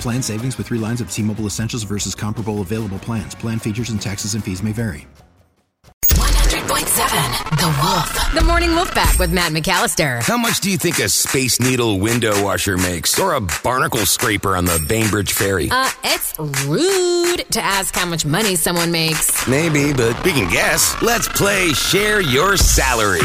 Plan savings with three lines of T Mobile Essentials versus comparable available plans. Plan features and taxes and fees may vary. 100.7 The Wolf. The Morning Wolf Pack with Matt McAllister. How much do you think a Space Needle window washer makes? Or a barnacle scraper on the Bainbridge Ferry? Uh, it's rude to ask how much money someone makes. Maybe, but we can guess. Let's play Share Your Salary.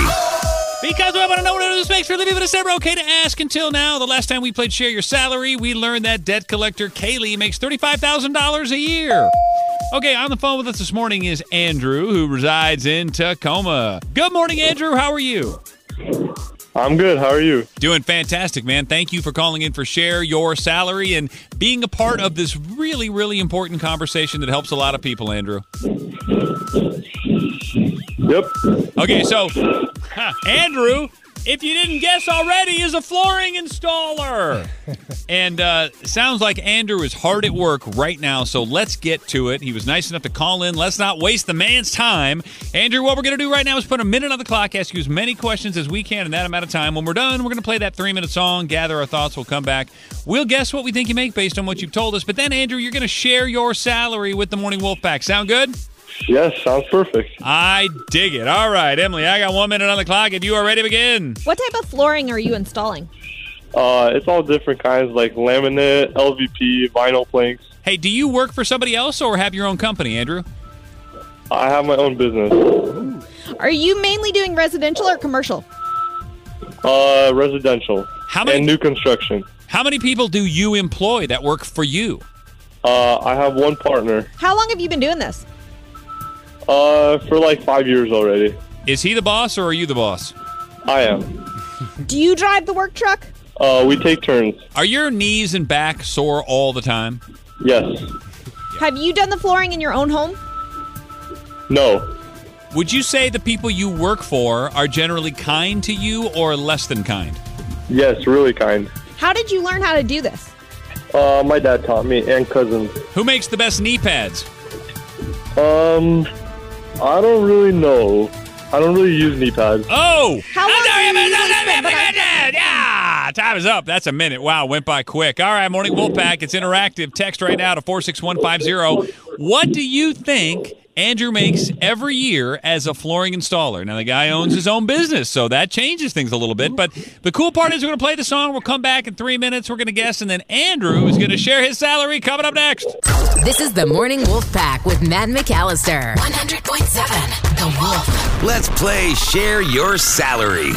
Because we want to know what this makes for a living, but it's never okay to ask until now. The last time we played Share Your Salary, we learned that debt collector Kaylee makes $35,000 a year. Okay, on the phone with us this morning is Andrew, who resides in Tacoma. Good morning, Andrew. How are you? I'm good. How are you? Doing fantastic, man. Thank you for calling in for Share Your Salary and being a part of this really, really important conversation that helps a lot of people, Andrew. Yep. Okay, so huh, Andrew, if you didn't guess already, is a flooring installer. and uh, sounds like Andrew is hard at work right now, so let's get to it. He was nice enough to call in. Let's not waste the man's time. Andrew, what we're going to do right now is put a minute on the clock, ask you as many questions as we can in that amount of time. When we're done, we're going to play that three minute song, gather our thoughts, we'll come back. We'll guess what we think you make based on what you've told us. But then, Andrew, you're going to share your salary with the Morning Wolf Pack. Sound good? Yes, sounds perfect. I dig it. All right, Emily, I got one minute on the clock. If you are ready, begin. What type of flooring are you installing? Uh, it's all different kinds like laminate, LVP, vinyl planks. Hey, do you work for somebody else or have your own company, Andrew? I have my own business. Are you mainly doing residential or commercial? Uh, residential. How many- And new construction. How many people do you employ that work for you? Uh, I have one partner. How long have you been doing this? Uh, for like five years already. Is he the boss or are you the boss? I am. Do you drive the work truck? Uh, we take turns. Are your knees and back sore all the time? Yes. Have you done the flooring in your own home? No. Would you say the people you work for are generally kind to you or less than kind? Yes, really kind. How did you learn how to do this? Uh, my dad taught me and cousins. Who makes the best knee pads? Um, I don't really know. I don't really use knee pads. Oh! How long do you usually spend? But I- Yeah, time is up. That's a minute. Wow, went by quick. All right, Morning Wolfpack, it's interactive. Text right now to 46150. What do you think Andrew makes every year as a flooring installer? Now, the guy owns his own business, so that changes things a little bit. But the cool part is we're going to play the song. We'll come back in three minutes. We're going to guess, and then Andrew is going to share his salary coming up next. This is the Morning Wolf Pack with Matt McAllister. 100.7 The Wolf. Let's play Share Your Salary.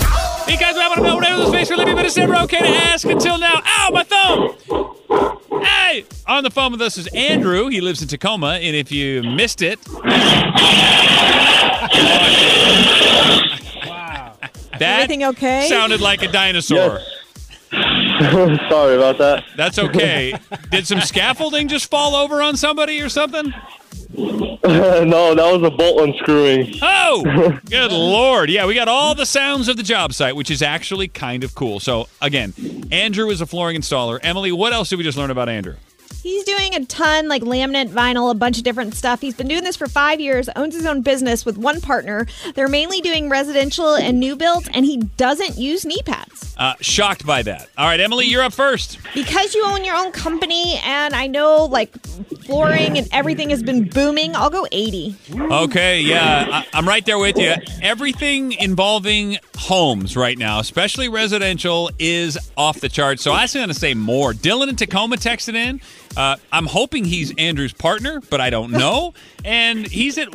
Because I want to know whatever the space for living, but it's never okay to ask until now. Ow, my thumb! Hey! On the phone with us is Andrew. He lives in Tacoma, and if you missed it. That Everything okay? sounded like a dinosaur. Sorry about that. That's okay. Did some scaffolding just fall over on somebody or something? no, that was a bolt unscrewing. Oh, good lord. Yeah, we got all the sounds of the job site, which is actually kind of cool. So, again, Andrew is a flooring installer. Emily, what else did we just learn about Andrew? He's doing a ton, like laminate, vinyl, a bunch of different stuff. He's been doing this for five years, owns his own business with one partner. They're mainly doing residential and new builds, and he doesn't use knee pads. Uh, shocked by that. All right, Emily, you're up first. because you own your own company and i know like flooring and everything has been booming. I'll go 80. Okay, yeah, I, I'm right there with you. Everything involving homes right now, especially residential, is off the charts. So I'm going to say more. Dylan in Tacoma texted in. Uh, I'm hoping he's Andrew's partner, but I don't know. And he's at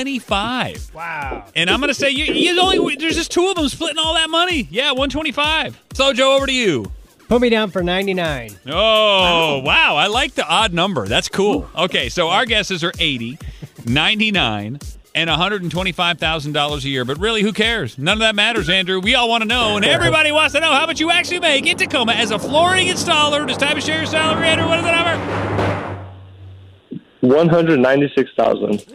125. Wow. And I'm going to say you, you only there's just two of them splitting all that money. Yeah, 125. So Joe, over to you. Put me down for 99. Oh, wow. I like the odd number. That's cool. Okay, so our guesses are 80, 99, and $125,000 a year. But really, who cares? None of that matters, Andrew. We all want to know, and everybody wants to know how much you actually make in Tacoma as a flooring installer. Just time to share your salary, Andrew. What is the number? 196,000. Oh,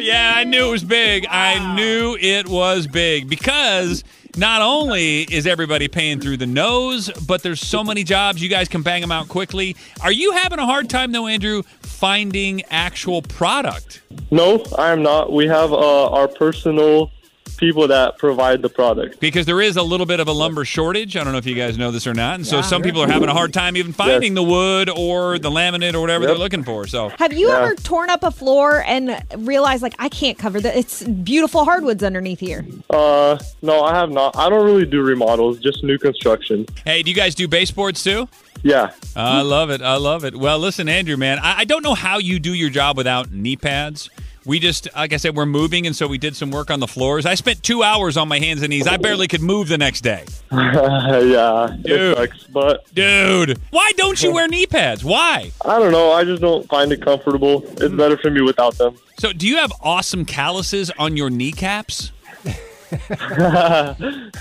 yeah, I knew it was big. I knew it was big because not only is everybody paying through the nose, but there's so many jobs. You guys can bang them out quickly. Are you having a hard time, though, Andrew, finding actual product? No, I am not. We have uh, our personal people that provide the product. Because there is a little bit of a lumber shortage. I don't know if you guys know this or not. And so some people are having a hard time even finding the wood or the laminate or whatever they're looking for. So Have you ever torn up a floor and realized, like, I can't cover that? It's beautiful hardwoods underneath here. Uh, no, I have not. I don't really do remodels, just new construction. Hey, do you guys do baseboards too? Yeah. I love it. I love it. Well, listen, Andrew, man, I, I don't know how you do your job without knee pads. We just, like I said, we're moving, and so we did some work on the floors. I spent two hours on my hands and knees. I barely could move the next day. yeah, Dude. it sucks, but Dude, why don't you wear knee pads? Why? I don't know. I just don't find it comfortable. It's better for me without them. So, do you have awesome calluses on your kneecaps?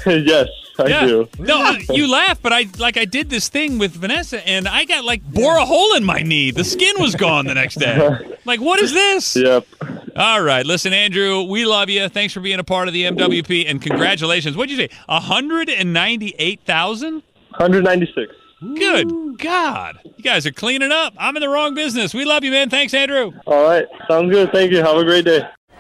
yes, I do. No, I, you laugh, but I like I did this thing with Vanessa, and I got like bore a hole in my knee. The skin was gone the next day. Like, what is this? Yep. All right. Listen, Andrew, we love you. Thanks for being a part of the MWP and congratulations. What'd you say? 198,000? 196. Good God. You guys are cleaning up. I'm in the wrong business. We love you, man. Thanks, Andrew. All right. Sounds good. Thank you. Have a great day.